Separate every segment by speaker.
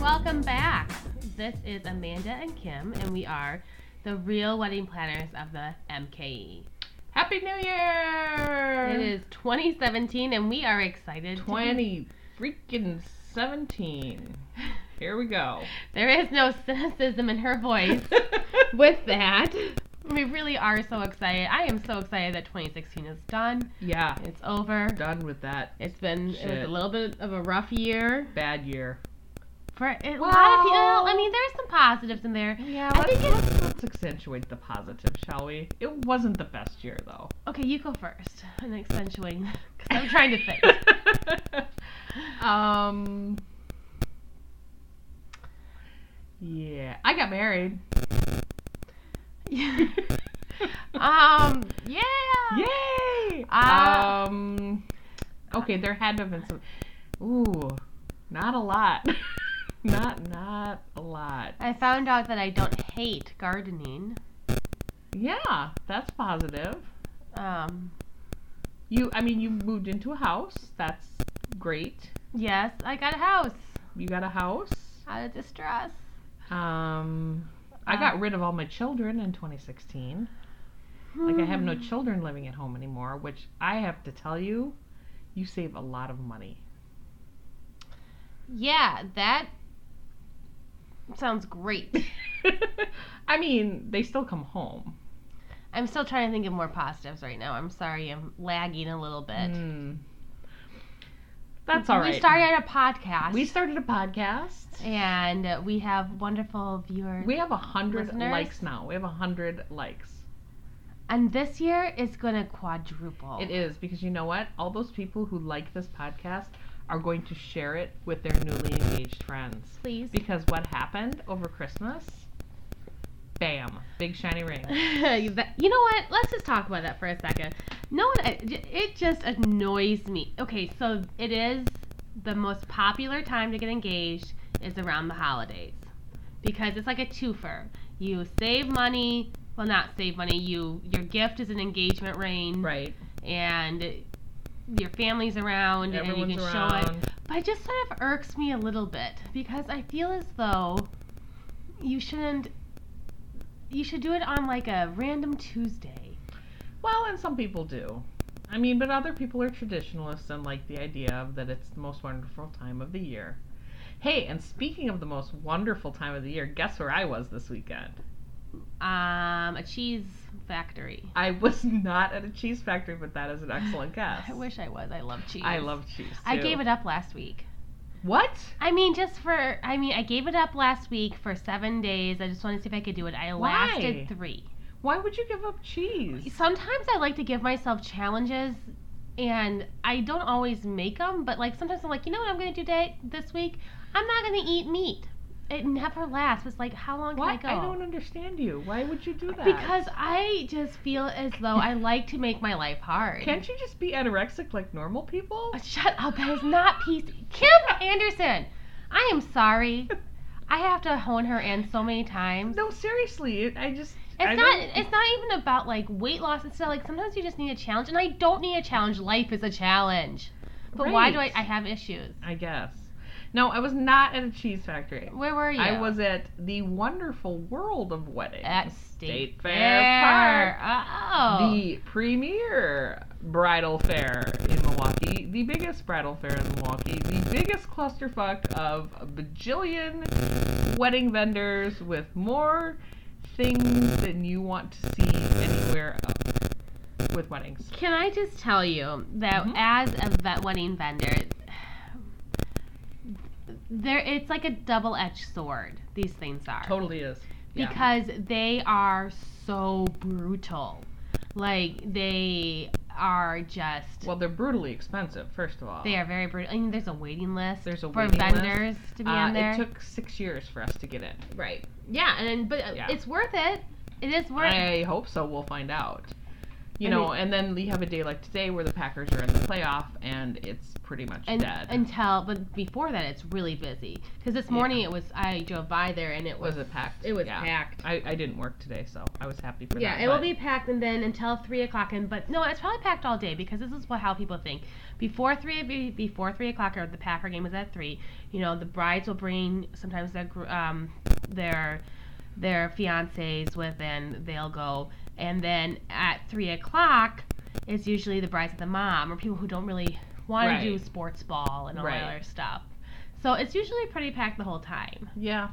Speaker 1: Welcome back. This is Amanda and Kim, and we are the real wedding planners of the MKE.
Speaker 2: Happy New Year!
Speaker 1: It is 2017, and we are excited. to be-
Speaker 2: 20 freaking 17. Here we go.
Speaker 1: There is no cynicism in her voice with that. We really are so excited. I am so excited that 2016 is done.
Speaker 2: yeah,
Speaker 1: It's over.
Speaker 2: done with that
Speaker 1: It's been it was
Speaker 2: Shit.
Speaker 1: a little bit of a rough year
Speaker 2: bad year.
Speaker 1: for a lot of people.
Speaker 2: Well-
Speaker 1: I mean, there's some positives in there.
Speaker 2: Yeah,
Speaker 1: I
Speaker 2: let's,
Speaker 1: think it's-
Speaker 2: let's, let's accentuate the positive, shall we? It wasn't the best year, though.
Speaker 1: Okay, you go first. I'm accentuating 'cause I'm trying to think.
Speaker 2: think. um. Yeah, I got married.
Speaker 1: um, yeah.
Speaker 2: Yay!
Speaker 1: Uh,
Speaker 2: um, okay, there had to have been some. Ooh, not a lot. not not a lot.
Speaker 1: I found out that I don't hate gardening.
Speaker 2: Yeah, that's positive.
Speaker 1: Um,
Speaker 2: You, I mean, you moved into a house. That's great.
Speaker 1: yes, I got a house
Speaker 2: You got a house.
Speaker 1: out of distress.
Speaker 2: Um, I got rid of all my children in 2016. Like I have no children living at home anymore, which I have to tell you, you save a lot of money.
Speaker 1: Yeah, that sounds great.
Speaker 2: I mean, they still come home.
Speaker 1: I'm still trying to think of more positives right now. I'm sorry, I'm lagging a little bit.
Speaker 2: Mm. That's all right.
Speaker 1: Hmm. We started a podcast.
Speaker 2: We started a podcast.
Speaker 1: and uh, we have wonderful viewers.
Speaker 2: We have a hundred
Speaker 1: Listeners?
Speaker 2: likes now. We have a hundred likes.
Speaker 1: and this year it's going to quadruple.
Speaker 2: It is because you know what? All those people who like this podcast are going to share it with their newly engaged friends.
Speaker 1: Please.
Speaker 2: Because what happened over Christmas? Bam! Big shiny ring.
Speaker 1: That- you know what? Let's just talk about that for a second. No one, it just annoys me. Okay, so it is the most popular time to get engaged is around the holidays because it's like a twofer. You save money, well, not save money. You your gift is an engagement ring,
Speaker 2: Right.
Speaker 1: and your family's around, and you
Speaker 2: Everyone's
Speaker 1: can
Speaker 2: around.
Speaker 1: show it. But it just sort of irks me a little bit because I feel as though you shouldn't. You should do it on like a random Tuesday.
Speaker 2: Well, and some people do. I mean, but other people are traditionalists and like the idea of that it's the most wonderful time of the year. Hey, and speaking of the most wonderful time of the year, guess where I was this weekend?
Speaker 1: Um, a cheese factory.
Speaker 2: I was not at a cheese factory, but that is an excellent guess.
Speaker 1: I wish I was. I love cheese.
Speaker 2: I love cheese. Too.
Speaker 1: I gave it up last week.
Speaker 2: What?
Speaker 1: I mean, just for. I mean, I gave it up last week for seven days. I just wanted to see if I could do it. I
Speaker 2: Why?
Speaker 1: lasted three.
Speaker 2: Why would you give up cheese?
Speaker 1: Sometimes I like to give myself challenges, and I don't always make them. But like sometimes I'm like, you know what I'm gonna do today this week? I'm not gonna eat meat. It never lasts. It's like how long
Speaker 2: Why?
Speaker 1: can I
Speaker 2: I
Speaker 1: go?
Speaker 2: don't understand you. Why would you do that?
Speaker 1: because I just feel as though I like to make my life hard.
Speaker 2: can't you just be anorexic like normal people?
Speaker 1: Uh, Shut up! That is not PC. Kim Anderson, I am sorry. I have to hone her in so many times.
Speaker 2: No, seriously. it- I just.
Speaker 1: It's
Speaker 2: I
Speaker 1: not.
Speaker 2: don't-
Speaker 1: It's not even about like weight loss and stuff. Like sometimes you just need a challenge, and I don't need a challenge. Life is a challenge. But why do I?
Speaker 2: Right.
Speaker 1: I have issues.
Speaker 2: I guess. No, I was not at a cheese factory.
Speaker 1: Where were you?
Speaker 2: I was at the wonderful world of weddings.
Speaker 1: at State,
Speaker 2: State
Speaker 1: Fair.
Speaker 2: Fair
Speaker 1: Oh.
Speaker 2: The premier bridal fair in Milwaukee, the biggest bridal fair in Milwaukee, the biggest clusterfuck of a bajillion wedding vendors with more things than you want to see anywhere else with weddings.
Speaker 1: Can I just tell you that
Speaker 2: Mhm.
Speaker 1: as a vet wedding vendor, there it's like a double-edged sword. These things are.
Speaker 2: Totally is. Yeah.
Speaker 1: because they are so brutal. Like they are just
Speaker 2: well, they're brutally expensive, first of all.
Speaker 1: they are very brutal. I mean, there's a waiting list
Speaker 2: There's a
Speaker 1: for
Speaker 2: waiting list.
Speaker 1: vendors to be
Speaker 2: Uh,
Speaker 1: on there.
Speaker 2: It took six years for us to get in.
Speaker 1: right. Yeah, and but uh,
Speaker 2: Yeah.
Speaker 1: it's worth it. It is worth. it.
Speaker 2: I hope so. We'll find out. You
Speaker 1: And
Speaker 2: know,
Speaker 1: it-
Speaker 2: and then you have a day like today where the Packers are in the playoff and it's pretty much
Speaker 1: and,
Speaker 2: dead.
Speaker 1: until but before that it's really busy because this morning it was I drove by there and it was
Speaker 2: was it packed?
Speaker 1: it was
Speaker 2: Yeah.
Speaker 1: packed.
Speaker 2: I, I didn't work today, so I was happy for
Speaker 1: Yeah,
Speaker 2: that.
Speaker 1: it will
Speaker 2: but-
Speaker 1: be packed and then until three o'clock. And but no, it's probably packed all day because this is what how people think. Before three, be- before three o'clock, or the Packer game is at three. You know, the brides will bring sometimes their gr- um their their fiancés with, and they'll go. And then at three o'clock, it's usually the brides and the mom or people who don't really want
Speaker 2: Right.
Speaker 1: to do sports ball and all
Speaker 2: Right.
Speaker 1: that other stuff. So it's usually pretty packed the whole time.
Speaker 2: Yeah.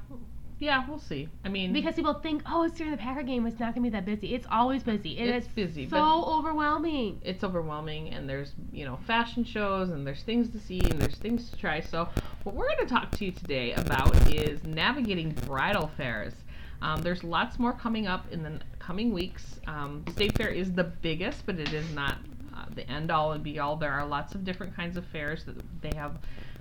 Speaker 2: Yeah, we'll see. I mean,
Speaker 1: Because people think, oh, it's during the Packer game, it's not gonna be that busy. It's always busy. It
Speaker 2: It's
Speaker 1: is
Speaker 2: busy,
Speaker 1: so overwhelming.
Speaker 2: it's overwhelming and there's you know fashion shows and there's things to see and there's things to try so what we're going to talk to you today about is navigating bridal fairs um, there's lots more coming up in the n- coming weeks um, state fair is the biggest but it is not uh, the end all and be all there are lots of different kinds of fairs that they have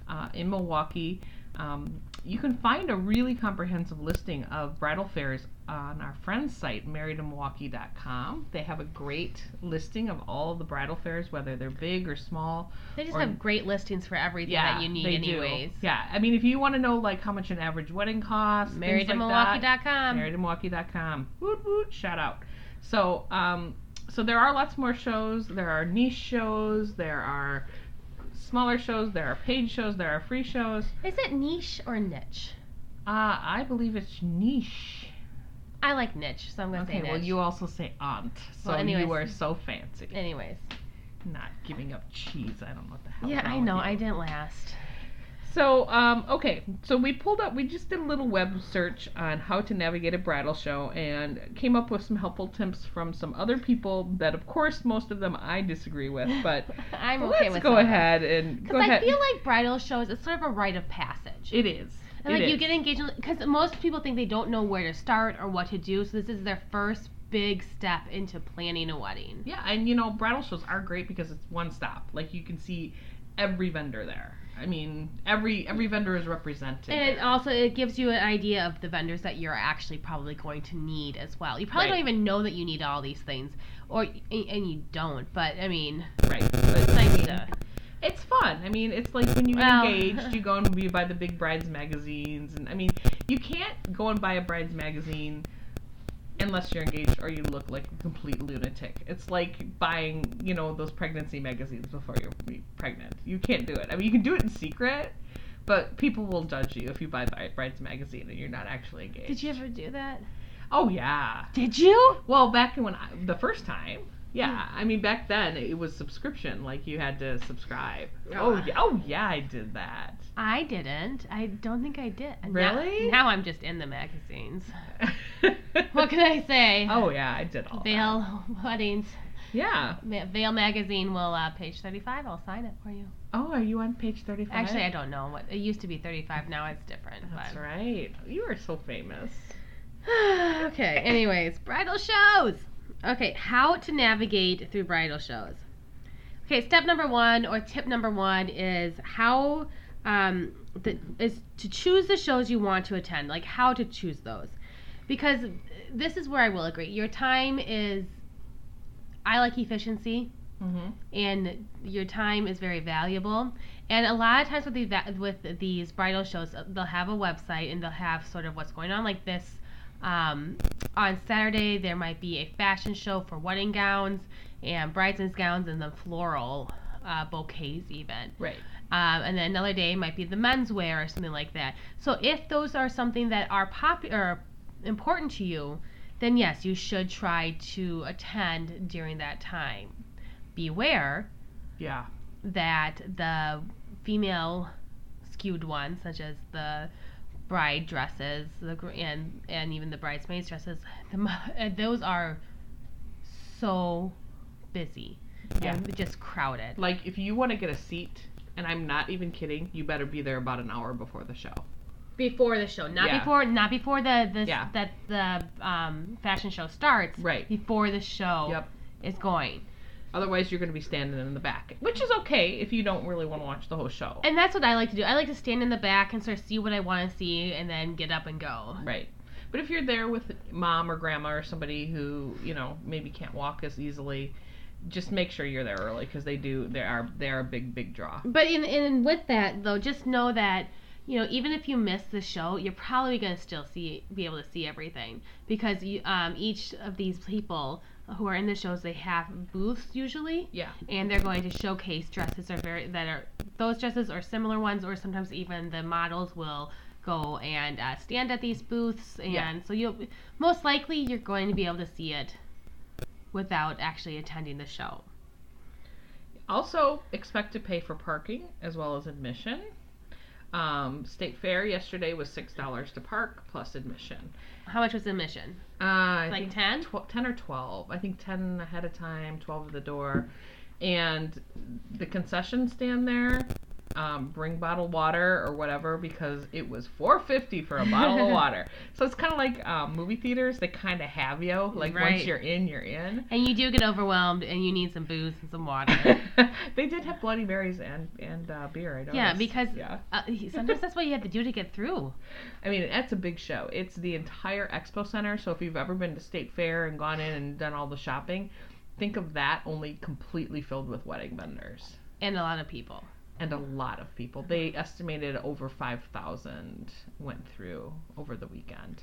Speaker 2: uh, in milwaukee um, you can find a really comprehensive listing of bridal fairs on our friend's site, marriedinmilwaukee.com. They have a great listing of all the bridal fairs, whether they're big or small.
Speaker 1: They just
Speaker 2: Or-
Speaker 1: have great listings for everything
Speaker 2: Yeah,
Speaker 1: that you need,
Speaker 2: they do.
Speaker 1: anyways.
Speaker 2: Yeah, I mean, if you want to know like how much an average wedding costs,
Speaker 1: Married
Speaker 2: things
Speaker 1: to
Speaker 2: like that,
Speaker 1: Milwaukee.com.
Speaker 2: marriedinmilwaukee.com. Woot woot, shout out. So, um, so there are lots more shows. There are niche shows. There are smaller shows. There are paid shows. There are free shows.
Speaker 1: Is it niche or niche?
Speaker 2: Uh, I believe it's niche.
Speaker 1: I like niche, so I'm gonna
Speaker 2: Okay,
Speaker 1: say
Speaker 2: well,
Speaker 1: niche.
Speaker 2: you also say aunt, so
Speaker 1: Well, anyways. Eh.
Speaker 2: you are so fancy.
Speaker 1: Anyways,
Speaker 2: Not giving up cheese. I don't know what the hell. is
Speaker 1: yeah,
Speaker 2: wrong
Speaker 1: I
Speaker 2: with
Speaker 1: know.
Speaker 2: you.
Speaker 1: I didn't last.
Speaker 2: So, um, okay, so we pulled up, we just did a little web search on how to navigate a bridal show and came up with some helpful tips from some other people that, of course, most of them I disagree with, but
Speaker 1: I'm
Speaker 2: let's
Speaker 1: okay with
Speaker 2: go ahead and go
Speaker 1: Because I
Speaker 2: ahead.
Speaker 1: feel like bridal shows, it's sort of a rite of passage.
Speaker 2: it is.
Speaker 1: And
Speaker 2: It
Speaker 1: like you
Speaker 2: is.
Speaker 1: get engaged, because most people think they don't know where to start or what to do, so this is their first big step into planning a wedding.
Speaker 2: Yeah, and you know, bridal shows are great because it's one stop. Like you can see every vendor there. I mean, every every vendor is represented.
Speaker 1: And it
Speaker 2: there.
Speaker 1: also it gives you an idea of the vendors that you're actually probably going to need as well. You probably
Speaker 2: Right.
Speaker 1: don't even know that you need all these things, or and, and you don't. But I mean,
Speaker 2: right. But
Speaker 1: it's
Speaker 2: I
Speaker 1: nice
Speaker 2: mean,
Speaker 1: to.
Speaker 2: it's fun. I mean, it's like when you get
Speaker 1: Well-
Speaker 2: engaged, you go and you buy the big brides magazines, and I mean, you can't go and buy a brides magazine unless you're engaged or you look like a complete lunatic. It's like buying, you know, those pregnancy magazines before you're be- pregnant. You can't do it. I mean, you can do it in secret, but people will judge you if you buy bri- brides magazine and you're not actually engaged.
Speaker 1: Did you ever do that?
Speaker 2: Oh yeah.
Speaker 1: Did you?
Speaker 2: Well, back when I, the first time. Yeah,
Speaker 1: Hmm.
Speaker 2: I mean back then it was subscription, like you had to subscribe. Oh,
Speaker 1: Ah.
Speaker 2: yeah, oh yeah, I did that.
Speaker 1: I didn't. I don't think I did. Now-
Speaker 2: Really?
Speaker 1: Now, I'm just in the magazines. What can I say?
Speaker 2: Oh yeah, I did all. That.
Speaker 1: Veil weddings.
Speaker 2: Yeah.
Speaker 1: Ma- Veil magazine will uh, page 35. I'll sign it for you.
Speaker 2: Oh, are you on page thirty-five?
Speaker 1: Actually, I don't know what it used to be 35. Now it's different.
Speaker 2: That's
Speaker 1: but.
Speaker 2: right. You are so famous.
Speaker 1: okay, anyways, bridal shows. Okay, how to navigate through bridal shows. Okay, step number one or tip number one is how um, the, is to choose the shows you want to attend, like how to choose those. Because this is where I will agree. Your time is, I like efficiency
Speaker 2: Mm-hmm.
Speaker 1: and your time is very valuable. And a lot of times with these with these bridal shows, they'll have a website and they'll have sort of what's going on. Like this, um, on Saturday there might be a fashion show for wedding gowns and bridesmaids gowns and then floral uh, bouquets even.
Speaker 2: Right.
Speaker 1: Um, and then another day might be the menswear or something like that. So if those are something that are popular, important to you, then yes, you should try to attend during that time. Beware
Speaker 2: Yeah.
Speaker 1: that the female skewed ones, such as the bride dresses, the gr- and and even the bridesmaids dresses, the, mo- uh, those are so busy
Speaker 2: Yeah.
Speaker 1: and just crowded.
Speaker 2: Like if you want to get a seat, and I'm not even kidding, you better be there about an hour before the show.
Speaker 1: before the show, not
Speaker 2: Yeah.
Speaker 1: before, not before the the
Speaker 2: Yeah.
Speaker 1: that the um, fashion show starts.
Speaker 2: Right.
Speaker 1: before the show
Speaker 2: Yep.
Speaker 1: is going,
Speaker 2: Otherwise, you're going to be standing in the back, which is okay if you don't really want to watch the whole show.
Speaker 1: and that's what I like to do. I like to stand in the back and sort of see what I want to see, and then get up and go.
Speaker 2: Right. But if you're there with mom or grandma or somebody who, you know, maybe can't walk as easily, just make sure you're there early because they do. They are they are a big big draw.
Speaker 1: But in in with that though, just know that you know even if you miss the show, you're probably gonna still see be able to see everything because you, um, each of these people who are in the shows they have booths usually,
Speaker 2: Yeah.
Speaker 1: and they're going to showcase dresses are very that are those dresses or similar ones or sometimes even the models will go and uh, stand at these booths and
Speaker 2: Yeah.
Speaker 1: so you'll most likely you're going to be able to see it without actually attending the show.
Speaker 2: Also, expect to pay for parking as well as admission. Um, State Fair yesterday was six dollars to park plus admission.
Speaker 1: How much was the admission?
Speaker 2: Uh, I
Speaker 1: Like
Speaker 2: think
Speaker 1: 10?
Speaker 2: tw- 10 or 12. I think 10 ahead of time, 12 at the door. And the concession stand there, um, bring bottled water or whatever because it was 4.50 for a bottle of water. So it's kind of like um, movie theaters, they kind of have you. Like
Speaker 1: Right.
Speaker 2: once you're in, you're in.
Speaker 1: And you do get overwhelmed and you need some booze and some water.
Speaker 2: they did have Bloody Marys and, and uh, beer, I know.
Speaker 1: Yeah, because
Speaker 2: Yeah.
Speaker 1: uh, sometimes that's what you have to do to get through.
Speaker 2: I mean, that's a big show. It's the entire expo center. So if you've ever been to State Fair and gone in and done all the shopping, think of that only completely filled with wedding vendors
Speaker 1: And a lot of people.
Speaker 2: and a lot of people. They estimated over 5,000 went through over the weekend.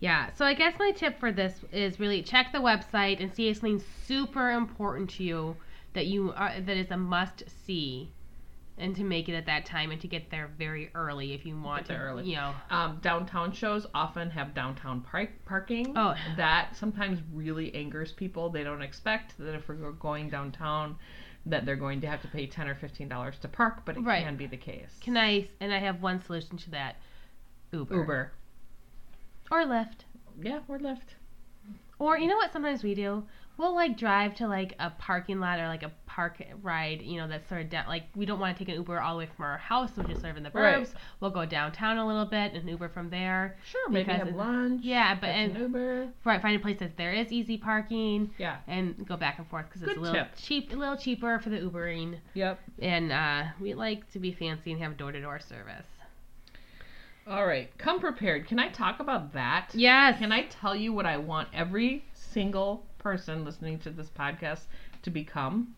Speaker 1: Yeah, so I guess my tip for this is really check the website and see if something's super important to you that you are that is a must see, and to make it at that time and to get there very early if you want
Speaker 2: Get there
Speaker 1: to.
Speaker 2: early.
Speaker 1: You know,
Speaker 2: Um, downtown shows often have downtown park- parking.
Speaker 1: Oh.
Speaker 2: That sometimes really angers people. They don't expect that if we're going downtown, that they're going to have to pay 10 or $15 to park, but it
Speaker 1: Right.
Speaker 2: can be the case.
Speaker 1: can I? And I have one solution to that: Uber,
Speaker 2: Uber.
Speaker 1: or Lyft,
Speaker 2: Yeah, we're left.
Speaker 1: or you know what? Sometimes we do. We'll like drive to like a parking lot or like a park ride, you know, that's sort of down. Like we don't want to take an Uber all the way from our house, so we're just sort of in the
Speaker 2: Right.
Speaker 1: burbs. We'll go downtown a little bit and Uber from there.
Speaker 2: Sure, maybe
Speaker 1: Because
Speaker 2: have
Speaker 1: it-
Speaker 2: lunch.
Speaker 1: yeah, but-
Speaker 2: catch an
Speaker 1: and-
Speaker 2: Uber.
Speaker 1: Right, find a place that there is easy parking
Speaker 2: Yeah.
Speaker 1: and go back and forth because it's
Speaker 2: Good
Speaker 1: a little
Speaker 2: tip.
Speaker 1: cheap, a little cheaper for the Ubering,
Speaker 2: Yep.
Speaker 1: and uh, we like to be fancy and have door-to-door service.
Speaker 2: All right. Come prepared. Can I talk about that?
Speaker 1: Yes.
Speaker 2: Can I tell you what I want every single person listening to this podcast to become?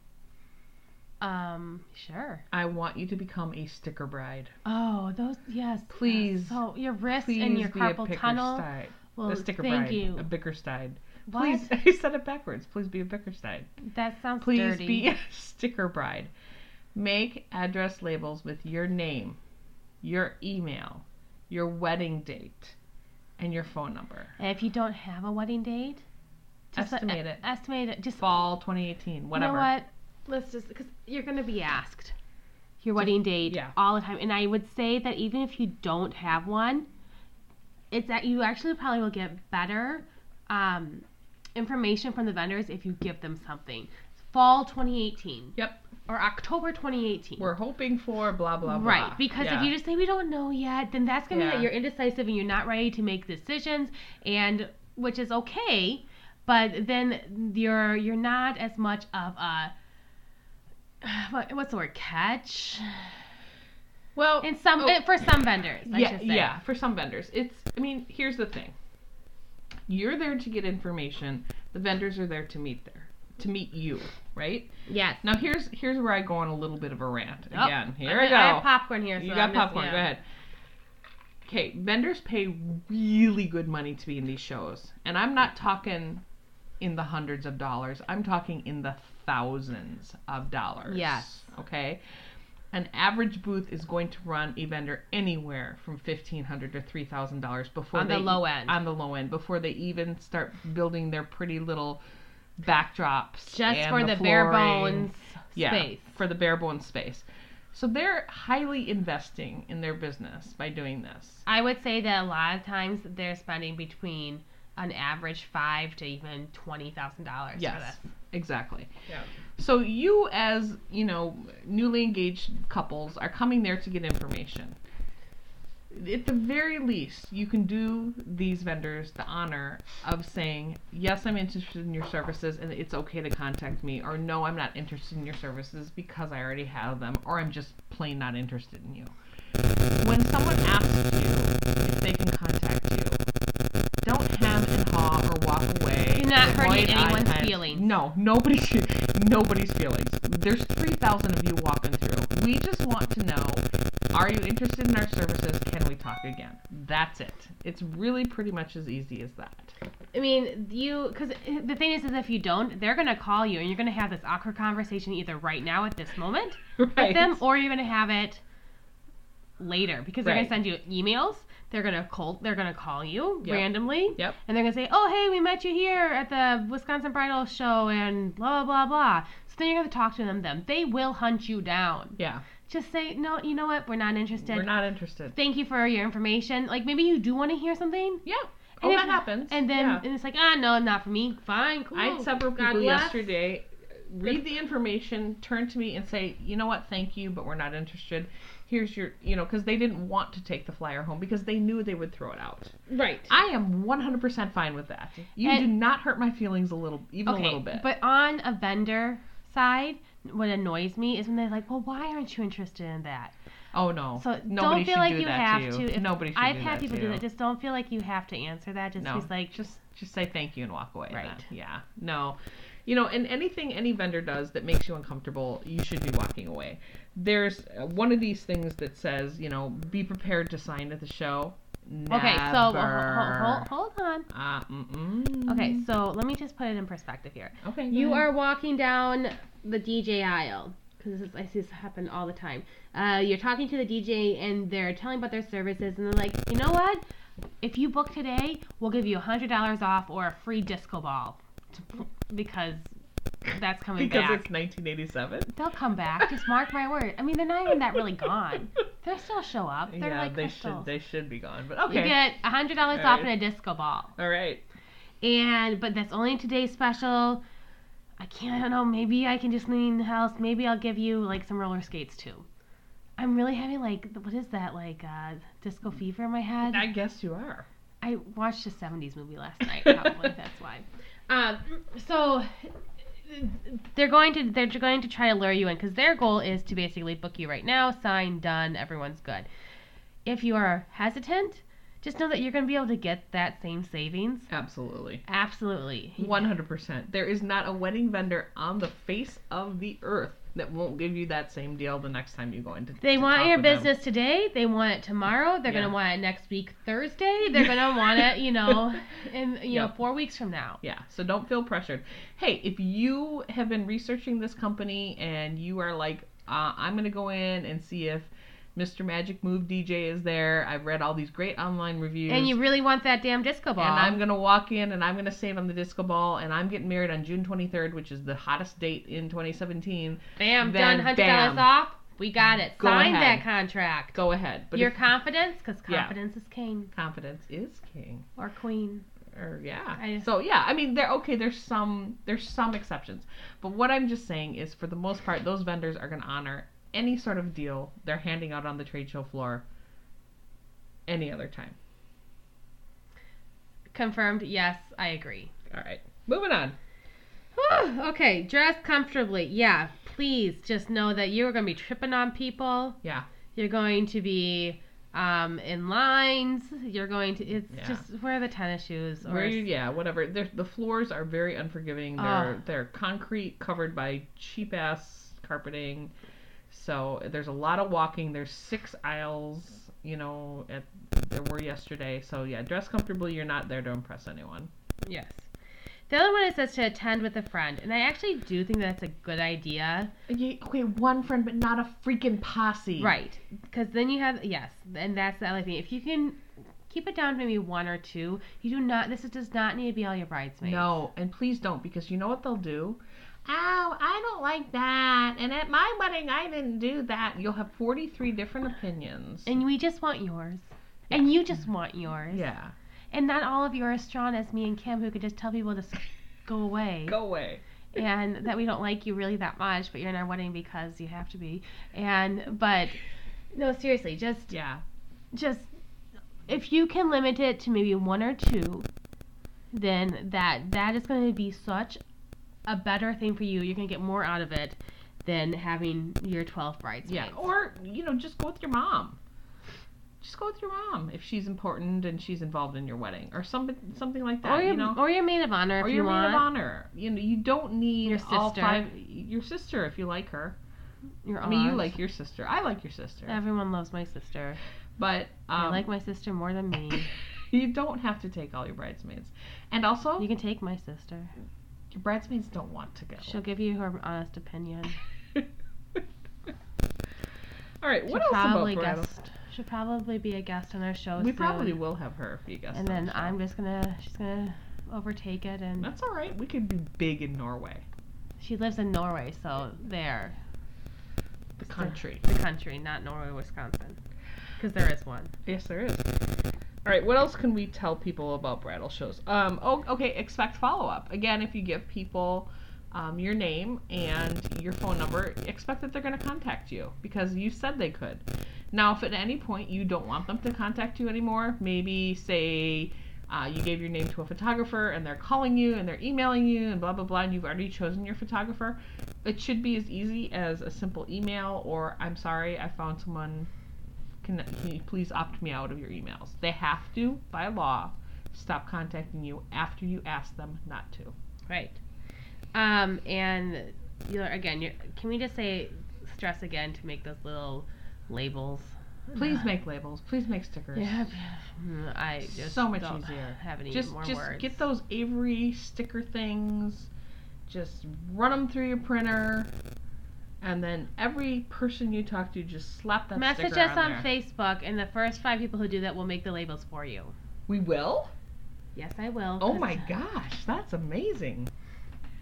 Speaker 1: Um, sure.
Speaker 2: I want you to become a sticker bride.
Speaker 1: Oh, those yes.
Speaker 2: Please.
Speaker 1: So your wrist
Speaker 2: Please
Speaker 1: and your
Speaker 2: be a
Speaker 1: carpal tunnel.
Speaker 2: Bickerstein.
Speaker 1: Well,
Speaker 2: a sticker
Speaker 1: thank
Speaker 2: bride.
Speaker 1: you.
Speaker 2: A Bickerstein.
Speaker 1: What?
Speaker 2: Please, I said it backwards. Please be a Bickerstein.
Speaker 1: That sounds
Speaker 2: Please
Speaker 1: dirty.
Speaker 2: be a sticker bride. Make address labels with your name, your email, your wedding date, and your phone number.
Speaker 1: And if you don't have a wedding date, just let-
Speaker 2: Estimate it.
Speaker 1: Estimate it. Just
Speaker 2: Fall 2018,
Speaker 1: You
Speaker 2: whatever.
Speaker 1: know what? Let's just because you're gonna be asked your wedding date
Speaker 2: yeah.
Speaker 1: all the time, and I would say that even if you don't have one, it's that you actually probably will get better um, information from the vendors if you give them something. Fall 2018
Speaker 2: Yep.
Speaker 1: or October 2018.
Speaker 2: We're hoping for blah blah blah.
Speaker 1: Right, because if you just say we don't know yet, then that's gonna be
Speaker 2: Yeah.
Speaker 1: that you're indecisive and you're not ready to make decisions, and which is okay, but then you're you're not as much of a what, what's the word catch
Speaker 2: well,
Speaker 1: in some
Speaker 2: oh,
Speaker 1: for some vendors. I
Speaker 2: yeah,
Speaker 1: should say.
Speaker 2: yeah, for some vendors, it's. I mean, here's the thing. You're there to get information. The vendors are there to meet there to meet you, right?
Speaker 1: yes.
Speaker 2: Now here's here's where I go on a little bit of a rant
Speaker 1: Oh,
Speaker 2: again. Here
Speaker 1: I,
Speaker 2: I go.
Speaker 1: I have popcorn here. So
Speaker 2: You got
Speaker 1: I'm just-
Speaker 2: popcorn.
Speaker 1: yeah.
Speaker 2: Go ahead. Okay, vendors pay really good money to be in these shows, and I'm not talking in the hundreds of dollars. I'm talking in the thousands of dollars.
Speaker 1: Yes.
Speaker 2: Okay. An average booth is going to run a vendor anywhere from fifteen hundred to three thousand dollars before
Speaker 1: On the
Speaker 2: they- e-
Speaker 1: low end.
Speaker 2: On the low end, before they even start building their pretty little backdrops.
Speaker 1: Just
Speaker 2: and
Speaker 1: for the, bare
Speaker 2: flooring
Speaker 1: bones space.
Speaker 2: for the bare bones space. So they're highly investing in their business by doing this.
Speaker 1: I would say that a lot of times they're spending between an average five to even twenty thousand dollars for
Speaker 2: Yes,
Speaker 1: this.
Speaker 2: exactly.
Speaker 1: Yeah.
Speaker 2: So you, as you know, newly engaged couples are coming there to get information. At the very least, you can do these vendors the honor of saying, "Yes, I'm interested in your services, and it's okay to contact me," or "No, I'm not interested in your services because I already have them," or "I'm just plain not interested in you." When someone asks you if they can contact you, don't ham and haw or walk away.
Speaker 1: You're not
Speaker 2: Avoid
Speaker 1: hurting
Speaker 2: eye
Speaker 1: anyone's
Speaker 2: contact.
Speaker 1: feelings.
Speaker 2: No, nobody should. nobody's feelings. There's 3,000 of you walking through. We just want to know are you interested in our services? Can we talk again? That's it. It's really pretty much as easy as that.
Speaker 1: I mean, you because the thing is, is if you don't, they're gonna call you, and you're gonna have this awkward conversation either right now at this moment with them, or you're gonna have it later because they're
Speaker 2: Right.
Speaker 1: gonna send you emails. They're gonna call. They're gonna call you
Speaker 2: Yep.
Speaker 1: randomly.
Speaker 2: Yep.
Speaker 1: And they're gonna say, "Oh, hey, we met you here at the Wisconsin Bridal Show," and blah blah blah blah. So then you're gonna talk to them. Then they will hunt you down.
Speaker 2: Yeah.
Speaker 1: Just say, "No, you know what? We're not interested.
Speaker 2: We're not interested.
Speaker 1: Thank you for your information. Like maybe you do want to hear something."
Speaker 2: Yeah. Oh,
Speaker 1: if-
Speaker 2: that happens.
Speaker 1: And then
Speaker 2: Yeah.
Speaker 1: and it's like, ah, no, not for me. Fine, cool.
Speaker 2: I had several
Speaker 1: Oh, God
Speaker 2: people
Speaker 1: bless.
Speaker 2: yesterday read the information, turn to me, and say, "You know what? Thank you, but we're not interested. Here's your, you know, because they didn't want to take the flyer home because they knew they would throw it out.
Speaker 1: Right.
Speaker 2: I am 100% fine with that. You
Speaker 1: And-
Speaker 2: do not hurt my feelings a little, even
Speaker 1: okay,
Speaker 2: a little bit.
Speaker 1: but on a vendor side, what annoys me is when they're like, well, why aren't you interested in that?
Speaker 2: oh no,
Speaker 1: So
Speaker 2: nobody
Speaker 1: don't feel
Speaker 2: should
Speaker 1: like
Speaker 2: do
Speaker 1: you
Speaker 2: that
Speaker 1: have
Speaker 2: to
Speaker 1: to.
Speaker 2: you.
Speaker 1: If-
Speaker 2: nobody should
Speaker 1: I've
Speaker 2: do
Speaker 1: had
Speaker 2: that
Speaker 1: people
Speaker 2: to
Speaker 1: do
Speaker 2: you.
Speaker 1: that. Just don't feel like you have to answer that. Just
Speaker 2: No.
Speaker 1: be like,
Speaker 2: just just say thank you and walk away.
Speaker 1: Right.
Speaker 2: then. Yeah. No. You know, and anything any vendor does that makes you uncomfortable, you should be walking away. There's uh, one of these things that says, you know, be prepared to sign at the show. Never.
Speaker 1: okay, so well, hold, hold, on.
Speaker 2: Uh, mm-mm.
Speaker 1: Okay, so let me just put it in perspective here.
Speaker 2: Okay. go
Speaker 1: You
Speaker 2: ahead.
Speaker 1: are walking down the DJ aisle because I see this happen all the time. Uh, you're talking to the DJ and they're telling about their services, and they're like, you know what? If you book today, we'll give you hundred dollars off or a free disco ball to- because that's coming
Speaker 2: because
Speaker 1: back.
Speaker 2: it's 1987.
Speaker 1: They'll come back. Just mark my word. I mean, they're not even that really gone. They'll still show up. They're
Speaker 2: yeah,
Speaker 1: like
Speaker 2: they
Speaker 1: crystals.
Speaker 2: should they should be gone. But okay.
Speaker 1: You get hundred dollars off
Speaker 2: Alright.
Speaker 1: and a disco ball
Speaker 2: All right.
Speaker 1: and but that's only today's special. I can't. I don't know. Maybe I can just lean in the house. Maybe I'll give you like some roller skates too. I'm really having like what is that like uh, disco fever in my head.
Speaker 2: I guess you are.
Speaker 1: I watched a '70s movie last night. Probably that's why. Um, so they're going to they're going to try to lure you in because their goal is to basically book you right now, sign, done, everyone's good. If you are hesitant, just know that you're going to be able to get that same savings.
Speaker 2: Absolutely.
Speaker 1: Absolutely,
Speaker 2: 100%. There is not a wedding vendor on the face of the earth that won't give you that same deal the next time you go into
Speaker 1: They
Speaker 2: to
Speaker 1: want
Speaker 2: talk
Speaker 1: your
Speaker 2: with them.
Speaker 1: business today. They want it tomorrow. They're
Speaker 2: Yeah.
Speaker 1: gonna want it next week Thursday. They're gonna want it, you know, in you know
Speaker 2: Yep.
Speaker 1: four weeks from now.
Speaker 2: Yeah, so don't feel pressured. Hey, if you have been researching this company and you are like, uh, I'm going to go in and see if Mr. Magic Move DJ is there, I've read all these great online reviews.
Speaker 1: And you really want that damn disco ball?
Speaker 2: And I'm gonna walk in and I'm gonna save on the disco ball and I'm getting married on June 23rd, which is the hottest date in 2017.
Speaker 1: bam,
Speaker 2: then
Speaker 1: done hundred
Speaker 2: bam.
Speaker 1: dollars off. We got it.
Speaker 2: Go
Speaker 1: Sign
Speaker 2: ahead.
Speaker 1: that contract.
Speaker 2: Go ahead. But
Speaker 1: Your
Speaker 2: if
Speaker 1: confidence, because
Speaker 2: Yeah.
Speaker 1: confidence is king
Speaker 2: confidence is king.
Speaker 1: or queen.
Speaker 2: or yeah.
Speaker 1: I just-
Speaker 2: so yeah, I mean, there okay. There's some there's some exceptions, but what I'm just saying is, for the most part, those vendors are going to honor any sort of deal they're handing out on the trade show floor. Any other time.
Speaker 1: Confirmed. Yes, I agree.
Speaker 2: All right, moving on.
Speaker 1: Whew, okay, dress comfortably. Yeah, please just know that you are gonna be tripping on people.
Speaker 2: Yeah,
Speaker 1: You're going to be um, in lines. You're going to. It's
Speaker 2: Yeah.
Speaker 1: just wear the tennis shoes or
Speaker 2: Where you- yeah, whatever. They're, the floors are very unforgiving. They're
Speaker 1: Ah.
Speaker 2: they're concrete covered by cheap ass carpeting. So there's a lot of walking. There's six aisles, you know, at there were yesterday. So yeah, dress comfortably. You're not there to impress anyone.
Speaker 1: yes. The other one is says to attend with a friend, and I actually do think that's a good idea,
Speaker 2: Yeah, okay, one friend, but not a freaking posse.
Speaker 1: right? Because then you have yes, and that's the other thing. If you can keep it down to maybe one or two, you do not. This does not need to be all your bridesmaids.
Speaker 2: No, and please don't, because you know what they'll do? Oh, I don't like that. And at my wedding, I didn't do that. You'll have 43 different opinions.
Speaker 1: and we just want yours, and you just want yours,
Speaker 2: yeah.
Speaker 1: and not all of you are as strong as me and Kim, who could just tell people to s- go away.
Speaker 2: Go away.
Speaker 1: and that we don't like you really that much, but you're in our wedding because you have to be. And but no, seriously, just
Speaker 2: Yeah.
Speaker 1: just if you can limit it to maybe one or two, then that that is going to be such a better thing for you. You're going to get more out of it than having your 12 bridesmaids.
Speaker 2: Yeah. Or, you know, just go with your mom. just go with your mom if she's important and she's involved in your wedding or something something like that.
Speaker 1: Or your,
Speaker 2: you know,
Speaker 1: or your maid of honor if
Speaker 2: or
Speaker 1: you
Speaker 2: your
Speaker 1: want.
Speaker 2: maid of honor. You know, you don't need
Speaker 1: Your
Speaker 2: all
Speaker 1: sister.
Speaker 2: five. Your sister, if you like her.
Speaker 1: Your
Speaker 2: I mean, you
Speaker 1: aunt.
Speaker 2: like your sister. I like your sister.
Speaker 1: Everyone loves my sister.
Speaker 2: But um,
Speaker 1: I like my sister more than me.
Speaker 2: you don't have to take all your bridesmaids. And also,
Speaker 1: You can take my sister.
Speaker 2: your bridesmaids don't want to go.
Speaker 1: She'll give you her honest opinion.
Speaker 2: all right.
Speaker 1: She
Speaker 2: What else about
Speaker 1: probably
Speaker 2: bridal?
Speaker 1: guest. Should probably be a guest on our show.
Speaker 2: We
Speaker 1: soon.
Speaker 2: probably will have her if you guess.
Speaker 1: And then I'm just gonna. She's gonna overtake it, and
Speaker 2: That's all right. We could be big in Norway,
Speaker 1: she lives in Norway, so there,
Speaker 2: the
Speaker 1: It's the-
Speaker 2: country.
Speaker 1: the country, not Norway, Wisconsin, because there is one.
Speaker 2: Yes, there is. All right, what else can we tell people about bridal shows? Um, oh, okay, expect follow up. Again, if you give people um, your name and your phone number, expect that they're going to contact you because you said they could. Now, if at any point you don't want them to contact you anymore, maybe say uh, you gave your name to a photographer and they're calling you and they're emailing you and blah, blah, blah, and you've already chosen your photographer, it should be as easy as a simple email or I'm sorry, I found someone can, can you please opt me out of your emails? They have to, by law, stop contacting you after you ask them not to.
Speaker 1: Right. Um, and you know, again, you can we just say stress again to make those little labels?
Speaker 2: Please make labels. Please make stickers.
Speaker 1: Yeah, mm, I just
Speaker 2: So much
Speaker 1: don't
Speaker 2: easier.
Speaker 1: Have any
Speaker 2: Just,
Speaker 1: more
Speaker 2: just
Speaker 1: words?
Speaker 2: get those Avery sticker things. Just run them through your printer, and then every person you talk to, just slap that
Speaker 1: Message
Speaker 2: sticker
Speaker 1: us on,
Speaker 2: there.
Speaker 1: Facebook, and the first five people who do that will make the labels for you.
Speaker 2: We will.
Speaker 1: Yes, I will.
Speaker 2: Oh
Speaker 1: 'cause
Speaker 2: my gosh, that's amazing.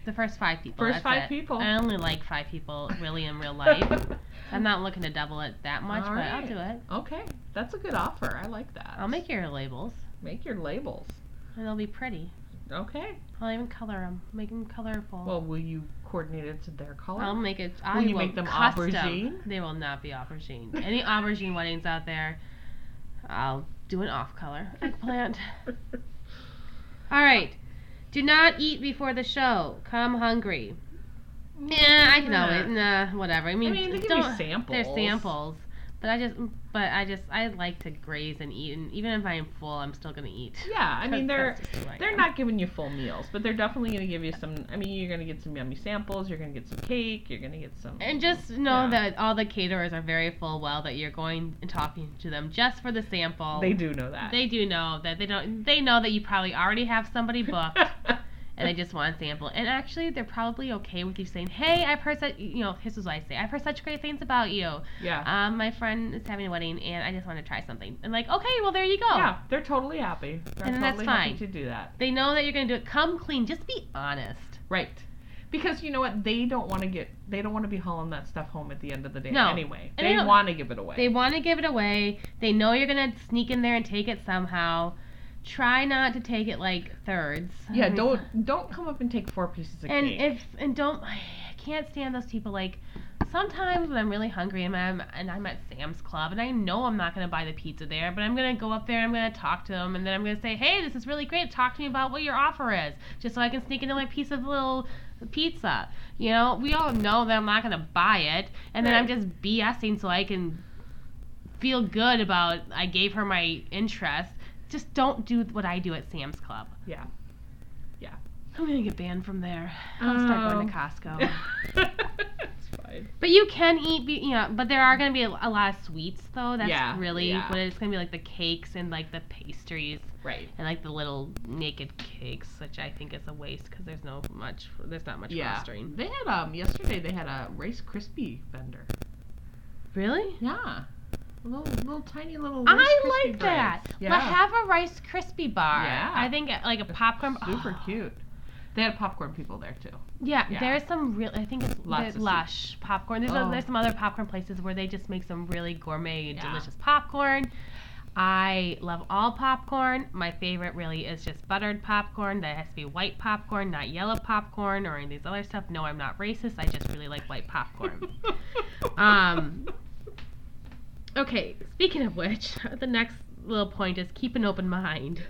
Speaker 1: The first five people.
Speaker 2: First
Speaker 1: Oh, that's
Speaker 2: five
Speaker 1: it.
Speaker 2: people.
Speaker 1: I only like five people really in real life. I'm not looking to double it that much,
Speaker 2: All
Speaker 1: but I'll
Speaker 2: right.
Speaker 1: do it.
Speaker 2: okay, that's a good offer. I like that.
Speaker 1: I'll make your labels,
Speaker 2: make your labels.
Speaker 1: and they'll be pretty.
Speaker 2: Okay.
Speaker 1: I'll even color them, make them colorful.
Speaker 2: Well, will you coordinate it to their color?
Speaker 1: I'll make it. I
Speaker 2: you make them
Speaker 1: custom.
Speaker 2: aubergine?
Speaker 1: They will not be aubergine. Any aubergine weddings out there, I'll do an off color eggplant. All right. Do not eat before the show. Come hungry. Yeah, I can always. Nah, whatever. I mean,
Speaker 2: mean, they give
Speaker 1: don't,
Speaker 2: you samples.
Speaker 1: They're samples. But I just, but I just, I like to graze and eat, and even if I am full, I'm still gonna eat.
Speaker 2: Yeah, I mean they're
Speaker 1: That's just who I
Speaker 2: they're
Speaker 1: am.
Speaker 2: not giving you full meals, but they're definitely going to give you some. I mean, you're going to get some yummy samples. You're going to get some cake. You're going to get some.
Speaker 1: And just know
Speaker 2: Yeah.
Speaker 1: that all the caterers are very full well that you're going and talking to them just for the sample.
Speaker 2: they do know that.
Speaker 1: They do know that they don't. They know that you probably already have somebody booked, and they just want a sample. And actually, they're probably okay with you saying, "Hey, I've heard such. You know, this is what I say. I've heard such great things about you.
Speaker 2: yeah.
Speaker 1: Um, my friend is having a wedding, and I just want to try something. And like, okay, well there you go.
Speaker 2: Yeah, they're totally happy. They're
Speaker 1: Oh. And
Speaker 2: totally
Speaker 1: that's
Speaker 2: happy
Speaker 1: fine.
Speaker 2: to do that.
Speaker 1: They know that you're gonna do it. Come clean. Just be honest.
Speaker 2: Right. Because you know what? They don't want to get. They don't want to be hauling that stuff home at the end of the day
Speaker 1: No.
Speaker 2: anyway.
Speaker 1: And they
Speaker 2: they
Speaker 1: don't-
Speaker 2: want to give it away.
Speaker 1: They want to give it away. They know you're gonna sneak in there and take it somehow. Try not to take it like thirds.
Speaker 2: yeah. Don't don't come up and take four pieces of
Speaker 1: And
Speaker 2: cake.
Speaker 1: if and don't I can't stand those people like sometimes when I'm really hungry and I'm and I'm at Sam's Club and I know I'm not gonna buy the pizza there, but I'm gonna go up there and I'm gonna talk to them and then I'm gonna say, Hey, this is really great, talk to me about what your offer is just so I can sneak another piece of little pizza. You know, we all know that I'm not gonna buy it and then I'm
Speaker 2: Right.
Speaker 1: just BSing so I can feel good about I gave her my interest. Just don't do what I do at Sam's Club.
Speaker 2: yeah.
Speaker 1: I'm gonna get banned from there. I'll start going to
Speaker 2: Oh.
Speaker 1: Costco.
Speaker 2: it's fine.
Speaker 1: But you can eat, be- you know. But there are going to be a, a lot of sweets, though. That's
Speaker 2: Yeah,
Speaker 1: really
Speaker 2: yeah.
Speaker 1: what it's going to be like the cakes and like the pastries
Speaker 2: Right.
Speaker 1: and like the little naked cakes, which I think is a waste because there's no much, there's not much
Speaker 2: Yeah.
Speaker 1: frosting.
Speaker 2: They had um yesterday they had a Rice Krispie vendor.
Speaker 1: Really?
Speaker 2: Yeah. A little little tiny little Rice
Speaker 1: I
Speaker 2: Krispie
Speaker 1: like that.
Speaker 2: breads. Yeah.
Speaker 1: But have a Rice crispy bar.
Speaker 2: Yeah.
Speaker 1: I think uh, like a popcorn.
Speaker 2: Super
Speaker 1: oh.
Speaker 2: cute. They had popcorn people there too.
Speaker 1: Yeah,
Speaker 2: Yeah.
Speaker 1: there's some real. I think it's
Speaker 2: Lots
Speaker 1: the
Speaker 2: of soup.
Speaker 1: lush popcorn. There's, a,
Speaker 2: Oh.
Speaker 1: there's some other popcorn places where they just make some really gourmet, and
Speaker 2: Yeah.
Speaker 1: delicious popcorn. I love all popcorn. My favorite really is just buttered popcorn. That has to be white popcorn, not yellow popcorn or any of these other stuff. No, I'm not racist. I just really like white popcorn. Um, okay, speaking of which, the next little point is keep an open mind.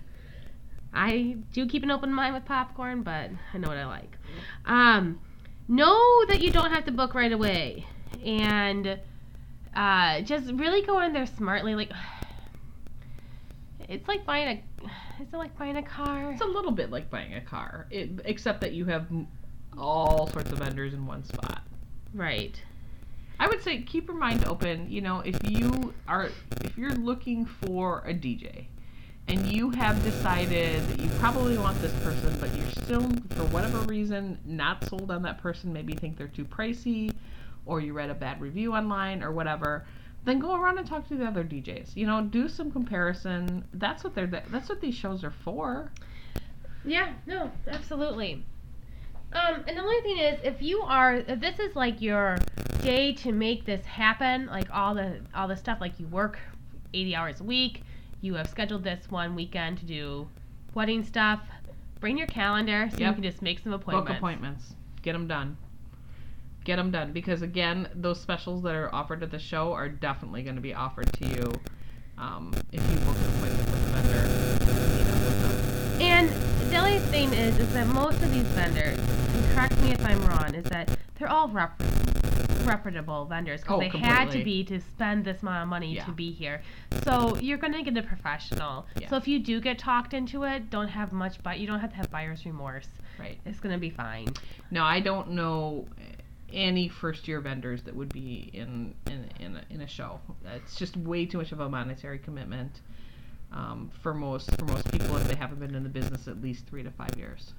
Speaker 1: I do keep an open mind with popcorn, but I know what I like. Um, know that you don't have to book right away, and uh, just really go in there smartly. Like, It's like buying a. It's like buying a car.
Speaker 2: It's a little bit like buying a car, it, except that you have m- all sorts of vendors in one spot.
Speaker 1: right.
Speaker 2: I would say keep your mind open. You know, if you are if you're looking for a DJ and you have decided that you probably want this person, but you're still for whatever reason not sold on that person, maybe you think they're too pricey or you read a bad review online or whatever, then go around and talk to the other DJs. You know, do some comparison. That's what they're that's what these shows are for.
Speaker 1: Yeah, no, absolutely. Um, and the only thing is, if you are, if this is like your day to make this happen, like all the all the stuff, like you work eighty hours a week, you have scheduled this one weekend to do wedding stuff. Bring your calendar so you
Speaker 2: Yep.
Speaker 1: can just make some appointments.
Speaker 2: Book appointments. Get them done. Get them done because again, those specials that are offered at the show are definitely going to be offered to you um, if you book an appointment with the vendor. you know, with them.
Speaker 1: And the only thing is, is that most of these vendors, and correct me if I'm wrong, is that they're all rep- reputable vendors because
Speaker 2: Oh,
Speaker 1: they had to
Speaker 2: completely.
Speaker 1: be to spend this amount of money
Speaker 2: Yeah.
Speaker 1: to be here. So you're going to get a professional.
Speaker 2: Yeah.
Speaker 1: So if you do get talked into it, don't have much, but you don't have to have buyer's remorse.
Speaker 2: Right.
Speaker 1: It's going to be fine.
Speaker 2: Now, I don't know any first year vendors that would be in in in a, in a show. It's just way too much of a monetary commitment um, for most for most people if they haven't been in the business at least three to five years.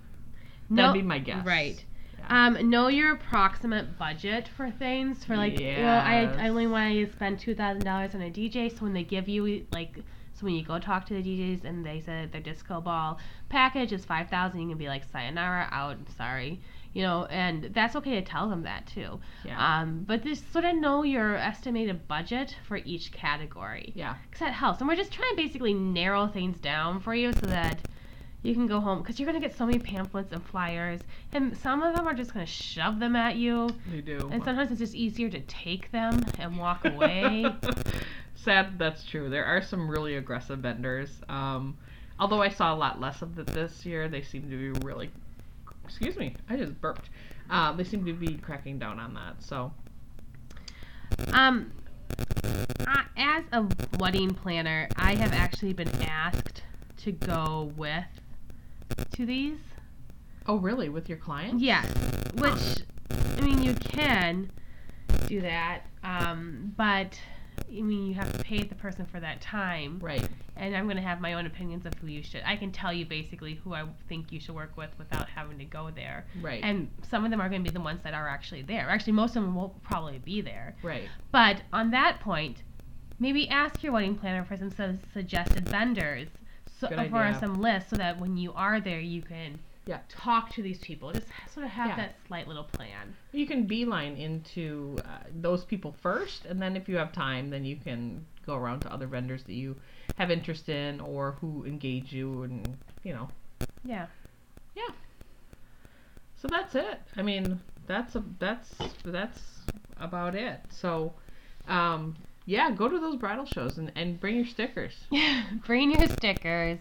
Speaker 1: No,
Speaker 2: That'd be my guess.
Speaker 1: Right.
Speaker 2: Yeah.
Speaker 1: Um, know your approximate budget for things. For like, well, I, I only want to spend two thousand dollars on a DJ. So when they give you like, so when you go talk to the DJs and they say that their disco ball package is five thousand, you can be like, sayonara, out, I'm sorry, you know, and that's okay to tell them that too.
Speaker 2: Yeah.
Speaker 1: Um, but just sort of know your estimated budget for each category.
Speaker 2: yeah.
Speaker 1: Cause that helps, and we're just trying to basically narrow things down for you so that you can go home. Cause you're gonna get so many pamphlets and flyers, and some of them are just gonna shove them at you.
Speaker 2: They do.
Speaker 1: And sometimes it's just easier to take them and walk away.
Speaker 2: Sad, that's true. There are some really aggressive vendors. Um, although I saw a lot less of it this year, they seem to be really. Excuse me, I just burped. Uh, they seem to be cracking down on that. So
Speaker 1: um, I, as a wedding planner, I have actually been asked to go with to these.
Speaker 2: Oh, really? With your client?
Speaker 1: Yes, which I mean you can do that, um, but I mean you have to pay the person for that time,
Speaker 2: Right.
Speaker 1: and I'm gonna have my own opinions of who you should. I can tell you basically who I think you should work with without having to go there,
Speaker 2: Right.
Speaker 1: and some of them are gonna be the ones that are actually there. Actually, most of them will probably be there.
Speaker 2: right.
Speaker 1: But on that point, maybe ask your wedding planner for some su- suggested vendors so, uh,
Speaker 2: Good
Speaker 1: for
Speaker 2: idea.
Speaker 1: some lists so that when you are there, you can
Speaker 2: Yeah.
Speaker 1: talk to these people. Just ha- sort of have
Speaker 2: Yeah.
Speaker 1: that slight little plan.
Speaker 2: You can beeline into uh, those people first, and then if you have time, then you can go around to other vendors that you have interest in or who engage you, and you know.
Speaker 1: Yeah.
Speaker 2: So that's it. I mean, that's a that's that's about it. So, um, yeah, go to those bridal shows and, and bring your stickers.
Speaker 1: Bring your stickers.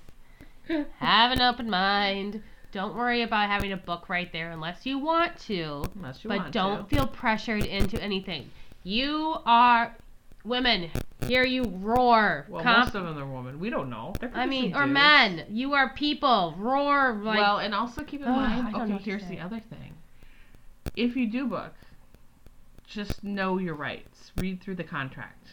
Speaker 1: Have an open mind. Don't worry about having a book right there unless you want to.
Speaker 2: Unless you
Speaker 1: but
Speaker 2: want
Speaker 1: don't
Speaker 2: to.
Speaker 1: feel pressured into anything. You are women. Hear you roar.
Speaker 2: Well,
Speaker 1: Conf-
Speaker 2: most of them are women. We don't know. They're
Speaker 1: I
Speaker 2: probably
Speaker 1: mean,
Speaker 2: some
Speaker 1: or
Speaker 2: dudes.
Speaker 1: men. You are people. Roar like
Speaker 2: well, and also keep in
Speaker 1: Ugh, I
Speaker 2: mind.
Speaker 1: don't know what
Speaker 2: Okay,
Speaker 1: to
Speaker 2: here's
Speaker 1: say.
Speaker 2: the other thing. If you do book, just know your rights. Read through the contract.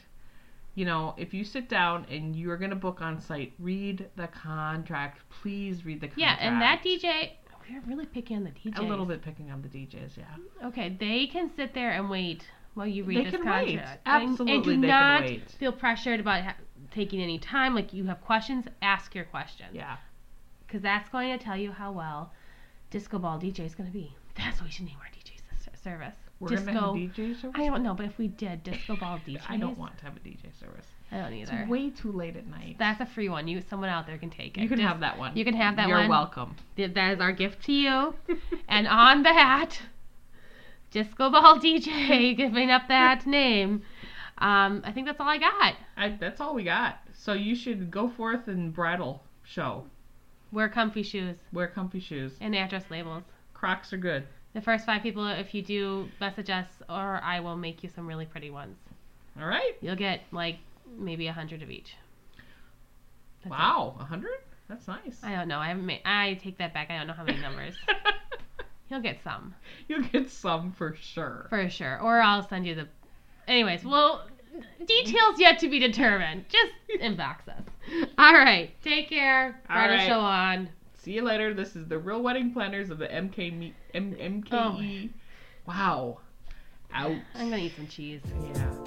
Speaker 2: You know, if you sit down and you're gonna book on site, read the contract. Please read the contract.
Speaker 1: yeah. And that DJ, we're really picking on the DJ.
Speaker 2: a little bit picking on the DJs, yeah.
Speaker 1: Okay, they can sit there and wait while you read
Speaker 2: They
Speaker 1: this
Speaker 2: can
Speaker 1: contract.
Speaker 2: wait.
Speaker 1: And- and,
Speaker 2: Absolutely,
Speaker 1: do
Speaker 2: they can
Speaker 1: not
Speaker 2: wait.
Speaker 1: feel pressured about ha- taking any time. Like you have questions, ask your questions.
Speaker 2: Yeah.
Speaker 1: Because that's going to tell you how well Disco Ball DJ is going to be. That's what we should name our DJ s- service.
Speaker 2: We're
Speaker 1: Disco.
Speaker 2: gonna have a DJ service.
Speaker 1: I don't know, but if we did Disco Ball DJ,
Speaker 2: I don't want to have a DJ service.
Speaker 1: I don't either.
Speaker 2: It's way too late at night.
Speaker 1: that's a free one. You, someone out there can take it.
Speaker 2: you can
Speaker 1: Dis-
Speaker 2: have that one.
Speaker 1: you can have that
Speaker 2: You're
Speaker 1: one.
Speaker 2: welcome.
Speaker 1: Th- That is our gift to you. and on that, Disco Ball DJ giving up that name. Um, I think that's all I got.
Speaker 2: I, that's all we got. So you should go forth and bridal show.
Speaker 1: Wear comfy shoes
Speaker 2: Wear comfy shoes.
Speaker 1: and address labels.
Speaker 2: Crocs are good.
Speaker 1: The first five people, if you do, message us, or I will make you some really pretty ones.
Speaker 2: All right.
Speaker 1: You'll get like maybe a hundred of each. That's
Speaker 2: wow, a hundred? That's nice.
Speaker 1: it. I don't know. I haven't made. I take that back. I don't know how many numbers. He'll get some
Speaker 2: You'll get some for sure.
Speaker 1: for sure, or I'll send you the. Anyways, well, details yet to be determined. Just inbox us. All right. Take care.
Speaker 2: All
Speaker 1: Bridal
Speaker 2: right.
Speaker 1: show on.
Speaker 2: See you later. This is the Real Wedding Planners of the MK me- M- MKE. E. Wow. Out.
Speaker 1: I'm gonna eat some cheese.
Speaker 2: Yeah.